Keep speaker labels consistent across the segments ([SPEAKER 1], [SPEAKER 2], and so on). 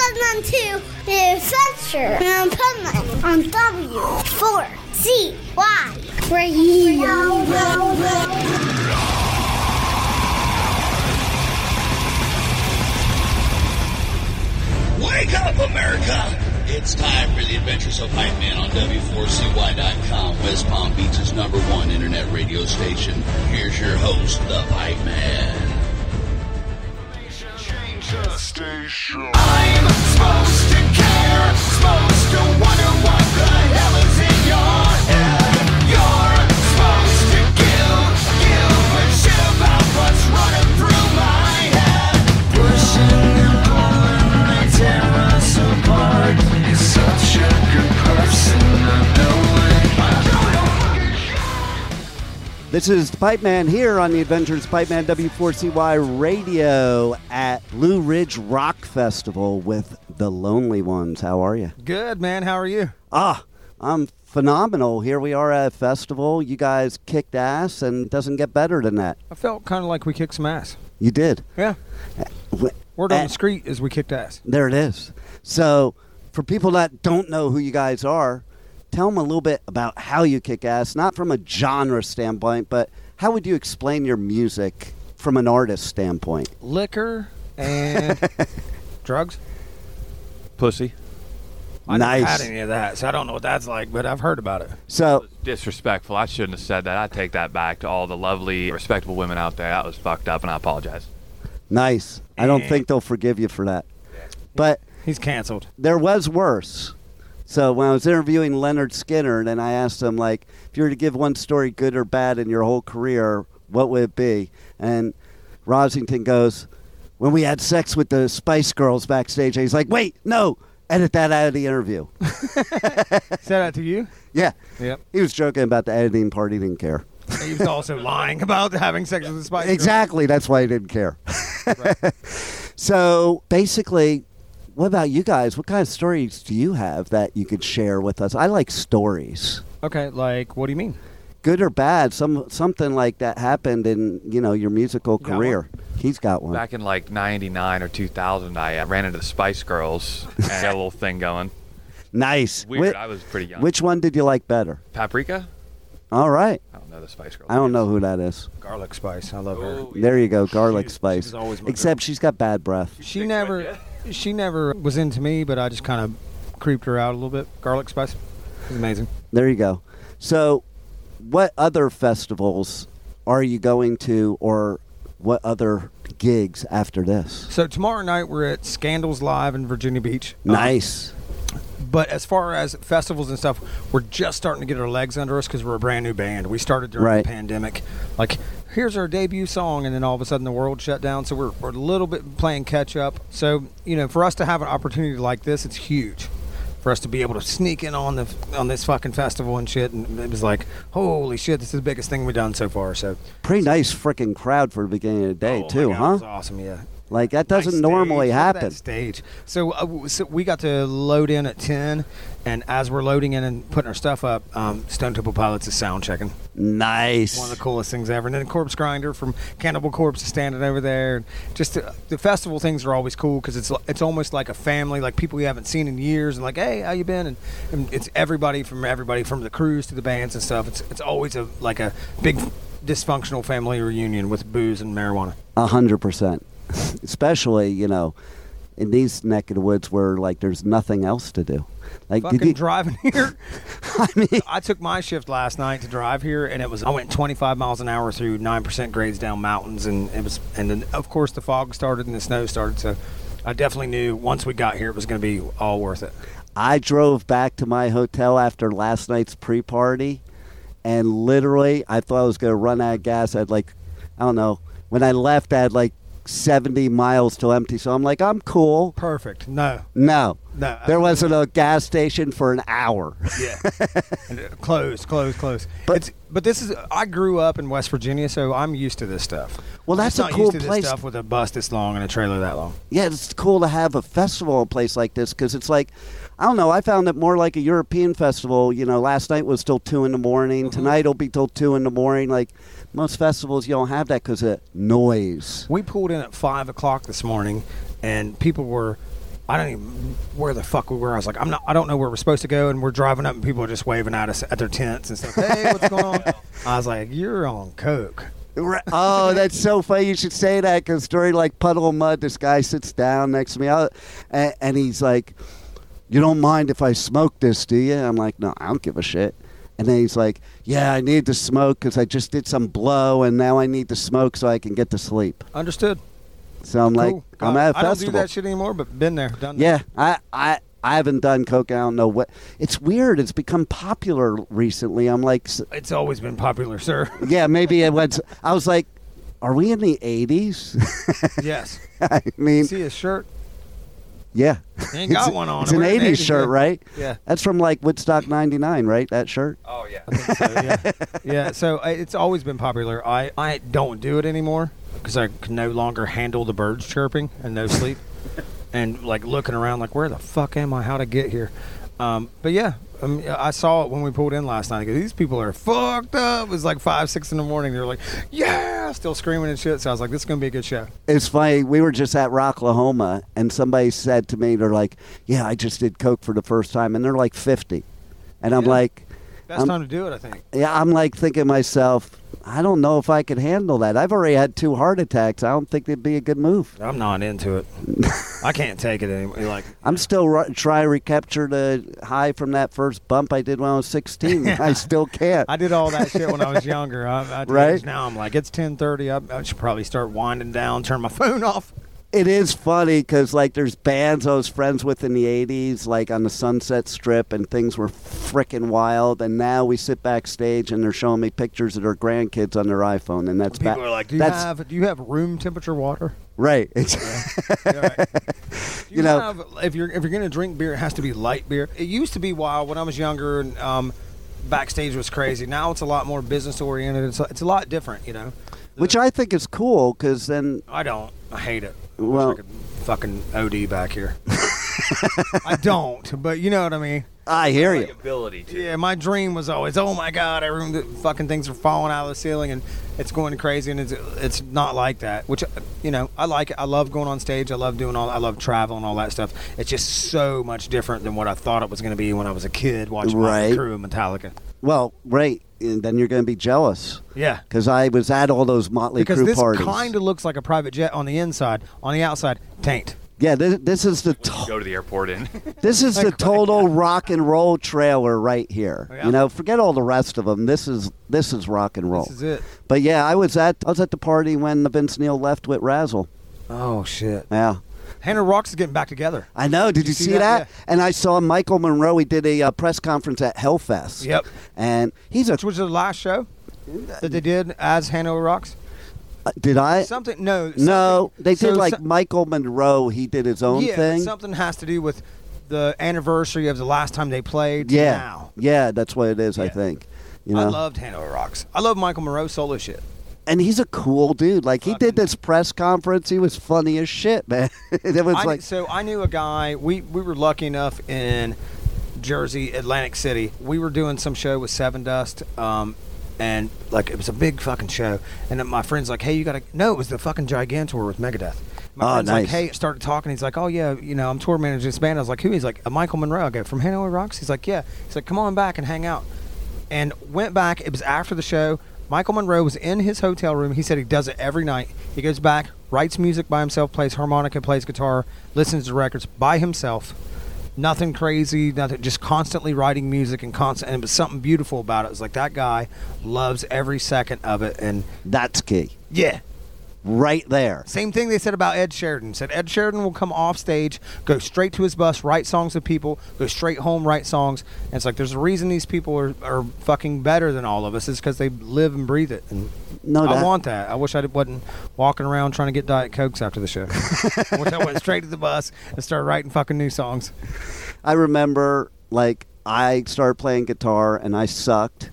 [SPEAKER 1] to the adventure in Finland on W4CY Radio.
[SPEAKER 2] Wake up, America! It's time for the adventures of Hype Man on W4CY.com, West Palm Beach's number one internet radio station. Here's your host, the Hype Man.
[SPEAKER 3] I'm supposed to care, supposed to wonder what the hell is in your head. You're supposed to give, give a shit about what's running through my head. Pushing and pulling, they tear us apart. You're such a good person, I know it. I don't know fucking shit.
[SPEAKER 4] This is the Pipe Man here on the Adventures Pipe Man W4CY Radio at Blue Ridge Rock Festival with the Lonely Ones. How are you?
[SPEAKER 5] Good, man. How are you?
[SPEAKER 4] Ah, I'm phenomenal. Here we are at a festival. You guys kicked ass, and it doesn't get better than that.
[SPEAKER 5] I felt kind of like we kicked some ass.
[SPEAKER 4] You did.
[SPEAKER 5] Yeah.
[SPEAKER 4] Wh-
[SPEAKER 5] Word on
[SPEAKER 4] Uh,
[SPEAKER 5] the street is we kicked ass.
[SPEAKER 4] There it is. So, for people that don't know who you guys are, tell them a little bit about how you kick ass, not from a genre standpoint, but how would you explain your music from an artist standpoint?
[SPEAKER 5] Liquor and drugs.
[SPEAKER 6] Pussy.
[SPEAKER 5] I
[SPEAKER 4] Nice.
[SPEAKER 5] never had any of that, so I don't know what that's like, but I've heard about it.
[SPEAKER 4] So,
[SPEAKER 6] Disrespectful. I shouldn't have said that. I take that back to all the lovely, respectable women out there. That was fucked up, and I apologize.
[SPEAKER 4] Nice. I don't think they'll forgive you for that. But
[SPEAKER 5] He's canceled.
[SPEAKER 4] there was worse. So when I was interviewing Leonard Skinner, and I asked him, like, if you were to give one story, good or bad, in your whole career, what would it be? And Rosington goes, when we had sex with the Spice Girls backstage, and he's like, wait, no, edit that out of the interview.
[SPEAKER 5] Said that to you?
[SPEAKER 4] yeah.
[SPEAKER 5] Yep.
[SPEAKER 4] He was joking about the editing part. He didn't care.
[SPEAKER 5] He was also lying about having sex with the spice. Girl.
[SPEAKER 4] Exactly. That's why I didn't care. so basically, what about you guys? What kind of stories do you have that you could share with us? I like stories,
[SPEAKER 5] Okay, like, what do you mean?
[SPEAKER 4] good or bad. Some something like that happened in you know your musical
[SPEAKER 5] got
[SPEAKER 4] career. He's got one.
[SPEAKER 6] Back in like 99 or 2000, I uh, ran into the Spice Girls and had a little thing going.
[SPEAKER 4] nice.
[SPEAKER 6] Weird.
[SPEAKER 4] Which,
[SPEAKER 6] I was pretty young.
[SPEAKER 4] which one did you like better?
[SPEAKER 6] Paprika?
[SPEAKER 4] All right.
[SPEAKER 6] I don't know the Spice Girls.
[SPEAKER 4] I don't know who that is.
[SPEAKER 5] Garlic spice. I love her.
[SPEAKER 6] Oh,
[SPEAKER 4] There you go, garlic
[SPEAKER 5] She's-
[SPEAKER 4] spice.
[SPEAKER 5] she's always my girl.
[SPEAKER 4] Except she's got bad breath.
[SPEAKER 5] She never, she never was into me, but I just kind of creeped her out a little bit. Garlic spice. She's amazing.
[SPEAKER 4] There you go. So, what other festivals are you going to, or what other gigs after this?
[SPEAKER 5] So tomorrow night we're at Scandals Live in Virginia Beach.
[SPEAKER 4] Nice.
[SPEAKER 5] But as far as festivals and stuff, we're just starting to get our legs under us because we're a brand new band. We started during
[SPEAKER 4] Right.
[SPEAKER 5] the pandemic. Like, here's our debut song, and then all of a sudden the world shut down. So we're, we're a little bit playing catch up. So, you know, for us to have an opportunity like this, it's huge. For us to be able to sneak in on the on this fucking festival and shit, and it was like, holy shit, this is the biggest thing we've done so far. So,
[SPEAKER 4] Pretty nice freaking crowd for the beginning of the day,
[SPEAKER 5] Oh my
[SPEAKER 4] too,
[SPEAKER 5] God,
[SPEAKER 4] huh?
[SPEAKER 5] It was awesome, yeah.
[SPEAKER 4] Like, that doesn't
[SPEAKER 5] Nice
[SPEAKER 4] normally
[SPEAKER 5] stage. Look at that
[SPEAKER 4] happen.
[SPEAKER 5] stage. So, uh, w- so we got to load in at ten, and as we're loading in and putting our stuff up, um, Stone Temple Pilots is sound checking.
[SPEAKER 4] Nice.
[SPEAKER 5] One of the coolest things ever. And then Corpse Grinder from Cannibal Corpse is standing over there. And Just uh, the festival things are always cool because it's l- it's almost like a family, like people you haven't seen in years, and like, hey, how you been? And, and it's everybody from everybody from the crews to the bands and stuff. It's it's always a like a big dysfunctional family reunion with booze and marijuana.
[SPEAKER 4] A hundred percent. Especially, you know, in these neck of the woods where, like, there's nothing else to do. Like,
[SPEAKER 5] fucking
[SPEAKER 4] did you,
[SPEAKER 5] driving here.
[SPEAKER 4] I mean,
[SPEAKER 5] I took my shift last night to drive here, and it was I went 25 miles an hour through nine percent grades down mountains, and it was, and then of course the fog started and the snow started, so I definitely knew once we got here it was going to be all worth it.
[SPEAKER 4] I drove back to my hotel after last night's pre party, and literally, I thought I was going to run out of gas. I had like, I don't know, when I left, I had like 70 miles till empty. So I'm like, I'm cool.
[SPEAKER 5] Perfect. No.
[SPEAKER 4] No.
[SPEAKER 5] No, I-
[SPEAKER 4] there wasn't a gas station for an hour.
[SPEAKER 5] Yeah. uh, close. Close. Close.
[SPEAKER 4] But-
[SPEAKER 5] But it's, but this is I grew up in West Virginia, so I'm used to this stuff.
[SPEAKER 4] Well,
[SPEAKER 5] I'm
[SPEAKER 4] that's
[SPEAKER 5] just
[SPEAKER 4] a
[SPEAKER 5] not
[SPEAKER 4] cool
[SPEAKER 5] used to this
[SPEAKER 4] place.
[SPEAKER 5] stuff with a bus this long and a trailer that long.
[SPEAKER 4] yeah, it's cool to have a festival in a place like this because it's like, I don't know, I found it more like a European festival. You know, last night was till 2 in the morning. Tonight will be till 2 in the morning. Like, most festivals, you don't have that because of noise.
[SPEAKER 5] We pulled in at five o'clock this morning, and people were. I don't even where the fuck we were. I was like, I'm not. I don't know where we're supposed to go, and we're driving up, and people are just waving at us at their tents and stuff. Hey, what's going on? I was like, you're on coke.
[SPEAKER 4] Right. Oh, that's so funny. You should say that because story like puddle of mud. This guy sits down next to me, I, and, and he's like, "You don't mind if I smoke this, do you?" I'm like, "No, I don't give a shit." And then he's like, "Yeah, I need to smoke because I just did some blow, and now I need to smoke so I can get to sleep."
[SPEAKER 5] Understood.
[SPEAKER 4] So I'm like,
[SPEAKER 5] Cool.
[SPEAKER 4] "I'm
[SPEAKER 5] Uh,
[SPEAKER 4] at a
[SPEAKER 5] I don't do
[SPEAKER 4] festival."
[SPEAKER 5] that shit anymore, but been there, done. that.
[SPEAKER 4] yeah, I, I, I haven't done coke. I don't know what. It's weird. It's become popular recently. I'm like, s-
[SPEAKER 5] It's always been popular, sir.
[SPEAKER 4] yeah, maybe it went. I was like, "Are we in the '80s?"
[SPEAKER 5] yes.
[SPEAKER 4] I mean,
[SPEAKER 5] See his shirt?
[SPEAKER 4] yeah.
[SPEAKER 5] He ain't got one on.
[SPEAKER 4] It's an
[SPEAKER 5] We're in the
[SPEAKER 4] 80s shirt,
[SPEAKER 5] yeah.
[SPEAKER 4] right?
[SPEAKER 5] Yeah.
[SPEAKER 4] That's from like Woodstock 99, right? That shirt?
[SPEAKER 6] Oh yeah.
[SPEAKER 5] So, yeah. yeah. So I- it's always been popular. I, I don't do it anymore because I can no longer handle the birds chirping and no sleep and like looking around like, where the fuck am I? How to get here? Um, but yeah, I, mean, I saw it when we pulled in last night. I go, These people are fucked up. It was like five, six in the morning. They're like, yeah, still screaming and shit. So I was like, this is going to be a good show.
[SPEAKER 4] It's funny. We were just at Rocklahoma and somebody said to me, they're like, yeah, I just did Coke for the first time. And they're like 50. And I'm
[SPEAKER 5] Yeah.
[SPEAKER 4] like,
[SPEAKER 5] Best
[SPEAKER 4] Um,
[SPEAKER 5] time to do it, I think.
[SPEAKER 4] yeah, I'm like thinking to myself, I don't know if I could handle that. I've already had two heart attacks. I don't think it'd be a good move.
[SPEAKER 5] I'm not into it. I can't take it anymore. Like,
[SPEAKER 4] I'm still r- trying to recapture the high from that first bump I did when I was 16. I still can't.
[SPEAKER 5] I did all that shit when I was younger. I, I
[SPEAKER 4] Right?
[SPEAKER 5] right now, I'm like, it's 10:30. I, I should probably start winding down, turn my phone off.
[SPEAKER 4] it is funny because like there's bands I was friends with in the '80s, like on the Sunset Strip, and things were freaking wild. And now we sit backstage and they're showing me pictures of their grandkids on their iPhone, and that's
[SPEAKER 5] People
[SPEAKER 4] ba-
[SPEAKER 5] are like, do you
[SPEAKER 4] that's
[SPEAKER 5] have do you have room temperature water?
[SPEAKER 4] right. It's
[SPEAKER 5] Yeah, right. Do
[SPEAKER 4] You know-
[SPEAKER 5] have, if you're if you're gonna drink beer, it has to be light beer. It used to be wild when I was younger, and um, backstage was crazy. Now it's a lot more business oriented. It's a- it's a lot different, you know.
[SPEAKER 4] which I think is cool because then
[SPEAKER 5] I don't. I hate it. I wish
[SPEAKER 4] Well-
[SPEAKER 5] I could fucking OD back here. I don't, but you know what I mean.
[SPEAKER 4] I hear you.
[SPEAKER 6] Like ability to.
[SPEAKER 5] Yeah, my dream was always, oh my god, everyone, the fucking things are falling out of the ceiling and it's going crazy, and it's it's not like that. Which you know, I like it. I love going on stage. I love doing all. I love traveling, all that stuff. It's just so much different than what I thought it was going to be when I was a kid watching
[SPEAKER 4] Right.
[SPEAKER 5] my crew and Metallica.
[SPEAKER 4] Well, right, and then you're going to be jealous
[SPEAKER 5] Yeah.
[SPEAKER 4] because I was at all those Motley
[SPEAKER 5] Because
[SPEAKER 4] Crue
[SPEAKER 5] this
[SPEAKER 4] parties.
[SPEAKER 5] kind of looks like a private jet on the inside. On the outside, taint.
[SPEAKER 4] yeah, this, this is the.
[SPEAKER 6] You
[SPEAKER 4] To-
[SPEAKER 6] Go to the airport in.
[SPEAKER 4] This is the total rock and roll trailer right here.
[SPEAKER 5] Oh, Yeah.
[SPEAKER 4] You know, forget all the rest of them. This is this is rock and roll.
[SPEAKER 5] This is it.
[SPEAKER 4] But yeah, I was at I was at the party when Vince Neil left with Razzle.
[SPEAKER 5] Oh shit.
[SPEAKER 4] Yeah.
[SPEAKER 5] Hannah Rocks is getting back together.
[SPEAKER 4] I know. Did, you, see, that? And I saw Michael Monroe. He did a uh, press conference at Hellfest.
[SPEAKER 5] Yep.
[SPEAKER 4] And he's a.
[SPEAKER 5] Which was the last show that they did as Hannah Rocks.
[SPEAKER 4] Did I?
[SPEAKER 5] Something no.
[SPEAKER 4] no,
[SPEAKER 5] something-
[SPEAKER 4] they did
[SPEAKER 5] so
[SPEAKER 4] like
[SPEAKER 5] so-
[SPEAKER 4] Michael Monroe. He did his own
[SPEAKER 5] yeah, but
[SPEAKER 4] thing.
[SPEAKER 5] Something has to do with the anniversary of the last time they played. to
[SPEAKER 4] yeah.
[SPEAKER 5] now.
[SPEAKER 4] Yeah, that's what it is. I
[SPEAKER 5] Yeah.
[SPEAKER 4] think. You know.
[SPEAKER 5] I loved Hanover Rocks. I love Michael Moreau solo shit.
[SPEAKER 4] and he's a cool dude. Like he did
[SPEAKER 5] Fucking-
[SPEAKER 4] this press conference. He was funny as shit, man. it was
[SPEAKER 5] I,
[SPEAKER 4] like
[SPEAKER 5] so I knew a guy. We we were lucky enough in Jersey, Atlantic City. We were doing some show with Seven Dust, um, and like it was a big fucking show. And then my friend's like, "Hey, you gotta no." It was the fucking Gigantor with Megadeth. My
[SPEAKER 4] Oh,
[SPEAKER 5] friend's like,
[SPEAKER 4] nice.
[SPEAKER 5] "Hey," started talking. He's like, "Oh yeah, you know, I'm tour manager of this band." I was like, "Who?" He's like, "Michael Monroe." I go, "From Hanover Rocks." He's like, "Yeah." He's like, "Come on back and hang out." and went back. It was after the show. Michael Monroe was in his hotel room. He said he does it every night. He goes back, writes music by himself, plays harmonica, plays guitar, listens to records by himself. Nothing crazy, nothing. Just constantly writing music and constant. And it was something beautiful about it. It was like that guy loves every second of it. And
[SPEAKER 4] that's key,
[SPEAKER 5] yeah,
[SPEAKER 4] right there.
[SPEAKER 5] same thing they said about Ed Sheridan. Said Ed Sheridan will come off stage, go straight to his bus, write songs with people, go straight home, write songs. And it's like there's a reason these people are, are fucking better than all of us is because they live and breathe it. And
[SPEAKER 4] No,
[SPEAKER 5] I
[SPEAKER 4] doubt.
[SPEAKER 5] want that. I wish I wasn't walking around trying to get Diet Cokes after the show. I wish I went straight to the bus and started writing fucking new songs.
[SPEAKER 4] I remember like I started playing guitar and I sucked,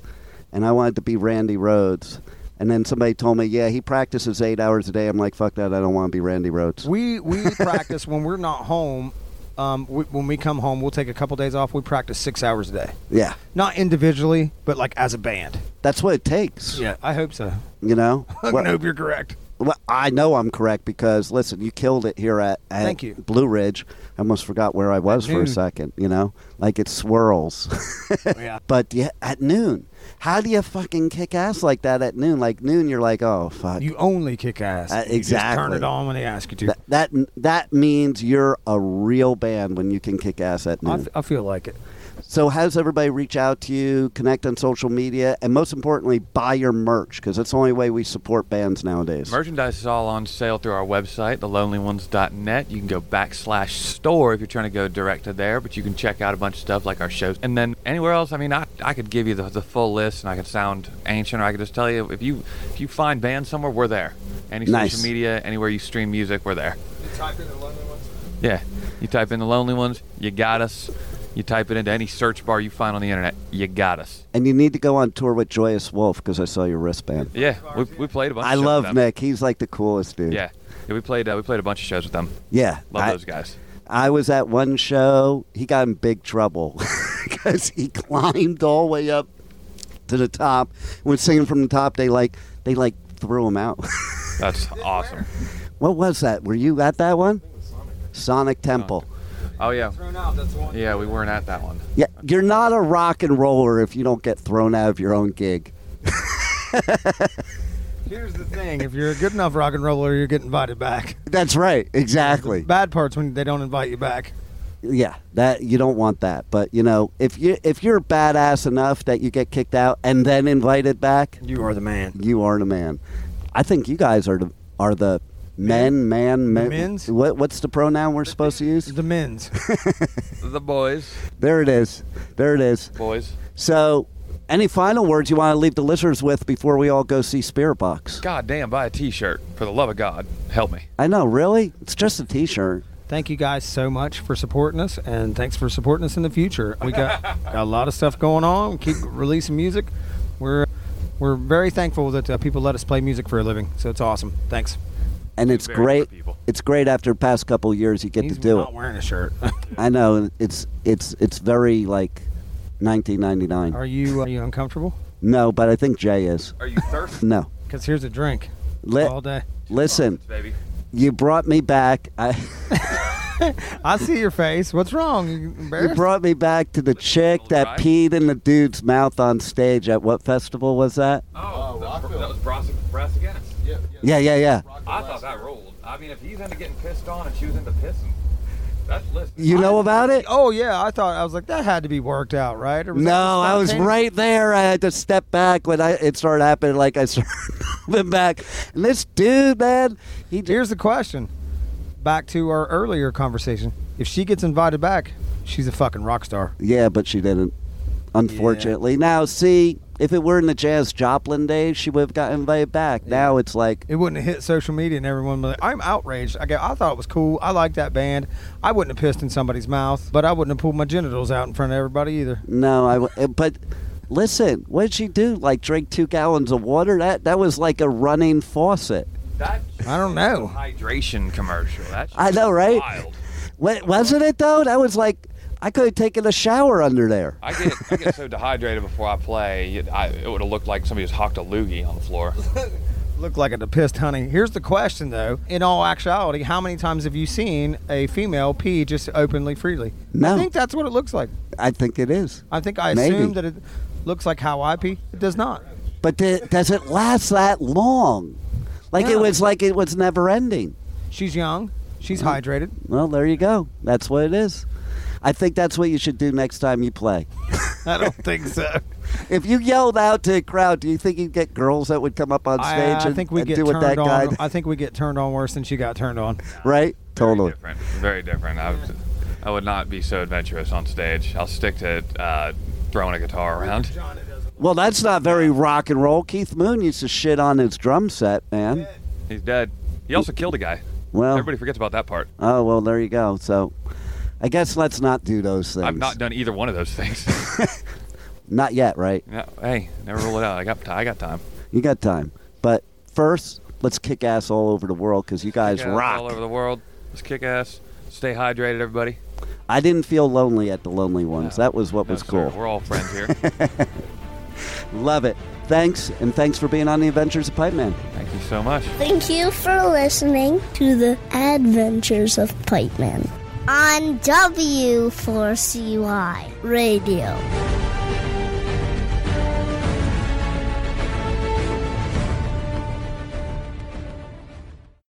[SPEAKER 4] and I wanted to be Randy Rhodes. And then somebody told me, yeah, he practices eight hours a day. I'm like, fuck that. I don't want to be Randy Rhodes.
[SPEAKER 5] We we practice when we're not home. Um, we, when we come home, we'll take a couple days off. We practice six hours a day,
[SPEAKER 4] yeah,
[SPEAKER 5] not individually, but like as a band.
[SPEAKER 4] that's what it takes.
[SPEAKER 5] Yeah, I hope so.
[SPEAKER 4] You know,
[SPEAKER 5] I
[SPEAKER 4] What-
[SPEAKER 5] hope you're correct.
[SPEAKER 4] well, I know I'm correct because listen, you killed it here at, at
[SPEAKER 5] Thank you.
[SPEAKER 4] Blue Ridge. I almost forgot where I was for
[SPEAKER 5] noon.
[SPEAKER 4] a second. You know, like it swirls.
[SPEAKER 5] yeah.
[SPEAKER 4] but yeah, at noon, how do you fucking kick ass like that at noon? Like noon, you're like, oh fuck.
[SPEAKER 5] You only kick ass.
[SPEAKER 4] Uh,
[SPEAKER 5] You just turn
[SPEAKER 4] exactly.
[SPEAKER 5] it on when they ask you to.
[SPEAKER 4] that, that that means you're a real band when you can kick ass at
[SPEAKER 5] I,
[SPEAKER 4] noon.
[SPEAKER 5] f- I feel like it.
[SPEAKER 4] So, how does everybody reach out to you, connect on social media, and most importantly, buy your merch? Because that's the only way we support bands nowadays.
[SPEAKER 6] Merchandise is all on sale through our website, thelonelyones.net. You can go backslash store if you're trying to go direct to there, but you can check out a bunch of stuff like our shows. And then anywhere else, I mean, I, I could give you the, the full list and I could sound ancient or I could just tell you if you if you find bands somewhere, we're there. Any
[SPEAKER 4] Nice.
[SPEAKER 6] social media, anywhere you stream music, we're there. Yeah. You type in the lonely ones, you got us. You type it into any search bar you find on the internet, you got us.
[SPEAKER 4] And you need to go on tour with Joyous Wolf because I saw your wristband.
[SPEAKER 6] Yeah, we, we played a bunch.
[SPEAKER 4] I
[SPEAKER 6] of shows
[SPEAKER 4] love
[SPEAKER 6] with them.
[SPEAKER 4] Nick. He's like the coolest dude.
[SPEAKER 6] Yeah, yeah, we played uh, we played a bunch of shows with them.
[SPEAKER 4] Yeah.
[SPEAKER 6] Love
[SPEAKER 4] I,
[SPEAKER 6] those guys.
[SPEAKER 4] I was at one show. He got in big trouble because he climbed all the way up to the top. When singing from the top, they like they like threw him out.
[SPEAKER 6] That's awesome.
[SPEAKER 4] what was that? Were you at that one? Sonic Temple.
[SPEAKER 6] Oh yeah, yeah, we weren't at that one.
[SPEAKER 4] Yeah, you're not a rock and roller if you don't get thrown out of your own gig.
[SPEAKER 5] Here's the thing: if you're a good enough rock and roller, you get invited back.
[SPEAKER 4] That's right, exactly.
[SPEAKER 5] Bad parts when they don't invite you back.
[SPEAKER 4] Yeah, that you don't want that. But you know, if you if you're badass enough that you get kicked out and then invited back,
[SPEAKER 5] You are the man.
[SPEAKER 4] you aren't a man. I think you guys are the are the men, man, men.
[SPEAKER 5] Men's?
[SPEAKER 4] What what's the pronoun we're supposed to use?
[SPEAKER 5] The men's.
[SPEAKER 6] The boys,
[SPEAKER 4] There it is. There it is.
[SPEAKER 6] boys.
[SPEAKER 4] So, any final words you want to leave the listeners with before we all go see Spirit Box?
[SPEAKER 6] God damn, buy a T-shirt for the love of God. Help me.
[SPEAKER 4] I know, really? It's just a T-shirt.
[SPEAKER 5] Thank you guys so much for supporting us, and thanks for supporting us in the future. We got, got a lot of stuff going on. We keep releasing music. We're we're very thankful that uh, people let us play music for a living. So it's awesome. Thanks.
[SPEAKER 4] and it's
[SPEAKER 6] very good
[SPEAKER 4] great.
[SPEAKER 6] people.
[SPEAKER 4] It's great after the past couple years you get
[SPEAKER 5] He's
[SPEAKER 4] to do
[SPEAKER 5] not
[SPEAKER 4] it.
[SPEAKER 5] wearing a shirt.
[SPEAKER 4] I know and it's it's it's very like 1999.
[SPEAKER 5] are you are you uncomfortable?
[SPEAKER 4] No, but I think Jay is.
[SPEAKER 6] Are you thirsty,
[SPEAKER 4] No,
[SPEAKER 5] Because here's a drink
[SPEAKER 4] Li-
[SPEAKER 5] all day.
[SPEAKER 4] listen,
[SPEAKER 6] baby?
[SPEAKER 4] you brought me back. I,
[SPEAKER 5] I see your face. What's wrong? You
[SPEAKER 4] you
[SPEAKER 5] embarrassed?
[SPEAKER 4] brought me back to the chick
[SPEAKER 6] Little
[SPEAKER 4] that
[SPEAKER 6] dry.
[SPEAKER 4] peed in the dude's mouth on stage at what festival was that?
[SPEAKER 6] Oh, that was brass, brass against. Yeah.
[SPEAKER 4] Yeah, yeah, yeah.
[SPEAKER 6] I thought that ruled. I mean, if he's into getting pissed on and she was into pissing, that's listen.
[SPEAKER 4] You know about it?
[SPEAKER 5] Oh yeah, I thought I was like that had to be worked out, right? Or was
[SPEAKER 4] No,
[SPEAKER 5] that just
[SPEAKER 4] I was
[SPEAKER 5] spontaneous?
[SPEAKER 4] right there. I had to step back when I it started happening. Like I started moving back, and this dude, man, he just,
[SPEAKER 5] Here's the question. Back to our earlier conversation. If she gets invited back, she's a fucking rock star.
[SPEAKER 4] Yeah, but she didn't. Unfortunately. Now, see, if it were in the Jazz Joplin days, she would have got invited back. Now it's like,
[SPEAKER 5] It wouldn't have hit social media and everyone would be like, I'm outraged. I go, I thought it was cool. I like that band. I wouldn't have pissed in somebody's mouth, but I wouldn't have pulled my genitals out in front of everybody either.
[SPEAKER 4] no, I. w- eh, But listen, what did she do? Like drink two gallons of water? That that was like a running faucet.
[SPEAKER 6] That
[SPEAKER 5] I don't know.
[SPEAKER 6] hydration commercial. That's
[SPEAKER 4] I know, right?
[SPEAKER 6] Wild.
[SPEAKER 4] Wa- wasn't it though? That was like I could have taken a shower under there.
[SPEAKER 6] I get I get so dehydrated before I play. I, it would have looked like somebody just hawked a loogie on the floor.
[SPEAKER 5] Look like a pissed honey. Here's the question though. In all actuality, how many times have you seen a female pee just openly freely?
[SPEAKER 4] No.
[SPEAKER 5] I think that's what it looks like.
[SPEAKER 4] I think it is.
[SPEAKER 5] I think I
[SPEAKER 4] Oh. Maybe.
[SPEAKER 5] assume that it looks like how I pee. It does not.
[SPEAKER 4] But d does it last that long? Like it
[SPEAKER 5] No.
[SPEAKER 4] was like it was never ending.
[SPEAKER 5] She's young. She's
[SPEAKER 4] Uh-huh.
[SPEAKER 5] hydrated.
[SPEAKER 4] Well, there you go. That's what it is. I think that's what you should do next time you play.
[SPEAKER 5] I don't think so.
[SPEAKER 4] If you yelled out to a crowd, do you think you'd get girls that would come up on stage
[SPEAKER 5] I, I
[SPEAKER 4] and,
[SPEAKER 5] think we
[SPEAKER 4] and
[SPEAKER 5] get
[SPEAKER 4] do what
[SPEAKER 5] turned
[SPEAKER 4] that guy
[SPEAKER 5] on.
[SPEAKER 4] did?
[SPEAKER 5] I think we get turned on worse than she got turned on.
[SPEAKER 4] Right? Totally.
[SPEAKER 6] Different. Very different. I, was, I would not be so adventurous on stage. I'll stick to uh, throwing a guitar around.
[SPEAKER 4] Well, that's not very rock and roll. Keith Moon used to shit on his drum set, man.
[SPEAKER 6] He's dead. He also killed a guy.
[SPEAKER 4] Well,
[SPEAKER 6] Everybody forgets about that part.
[SPEAKER 4] oh, well, there you go. So I guess let's not do those things.
[SPEAKER 6] I've not done either one of those things.
[SPEAKER 4] Not yet, right?
[SPEAKER 6] no, hey, never rule it out. I got ti- I got time.
[SPEAKER 4] You got time. But first, let's kick ass all over the world because you guys
[SPEAKER 6] Kick ass
[SPEAKER 4] rock.
[SPEAKER 6] all over the world. Let's kick ass. Stay hydrated, everybody.
[SPEAKER 4] I didn't feel lonely at the Lonely Ones. That was what
[SPEAKER 6] No,
[SPEAKER 4] was
[SPEAKER 6] sir,
[SPEAKER 4] cool.
[SPEAKER 6] We're all friends here.
[SPEAKER 4] Love it. Thanks, and thanks for being on the Adventures of Pipe Man.
[SPEAKER 6] Thank you so much.
[SPEAKER 1] Thank you for listening to the Adventures of Pipe Man on W4CY Radio.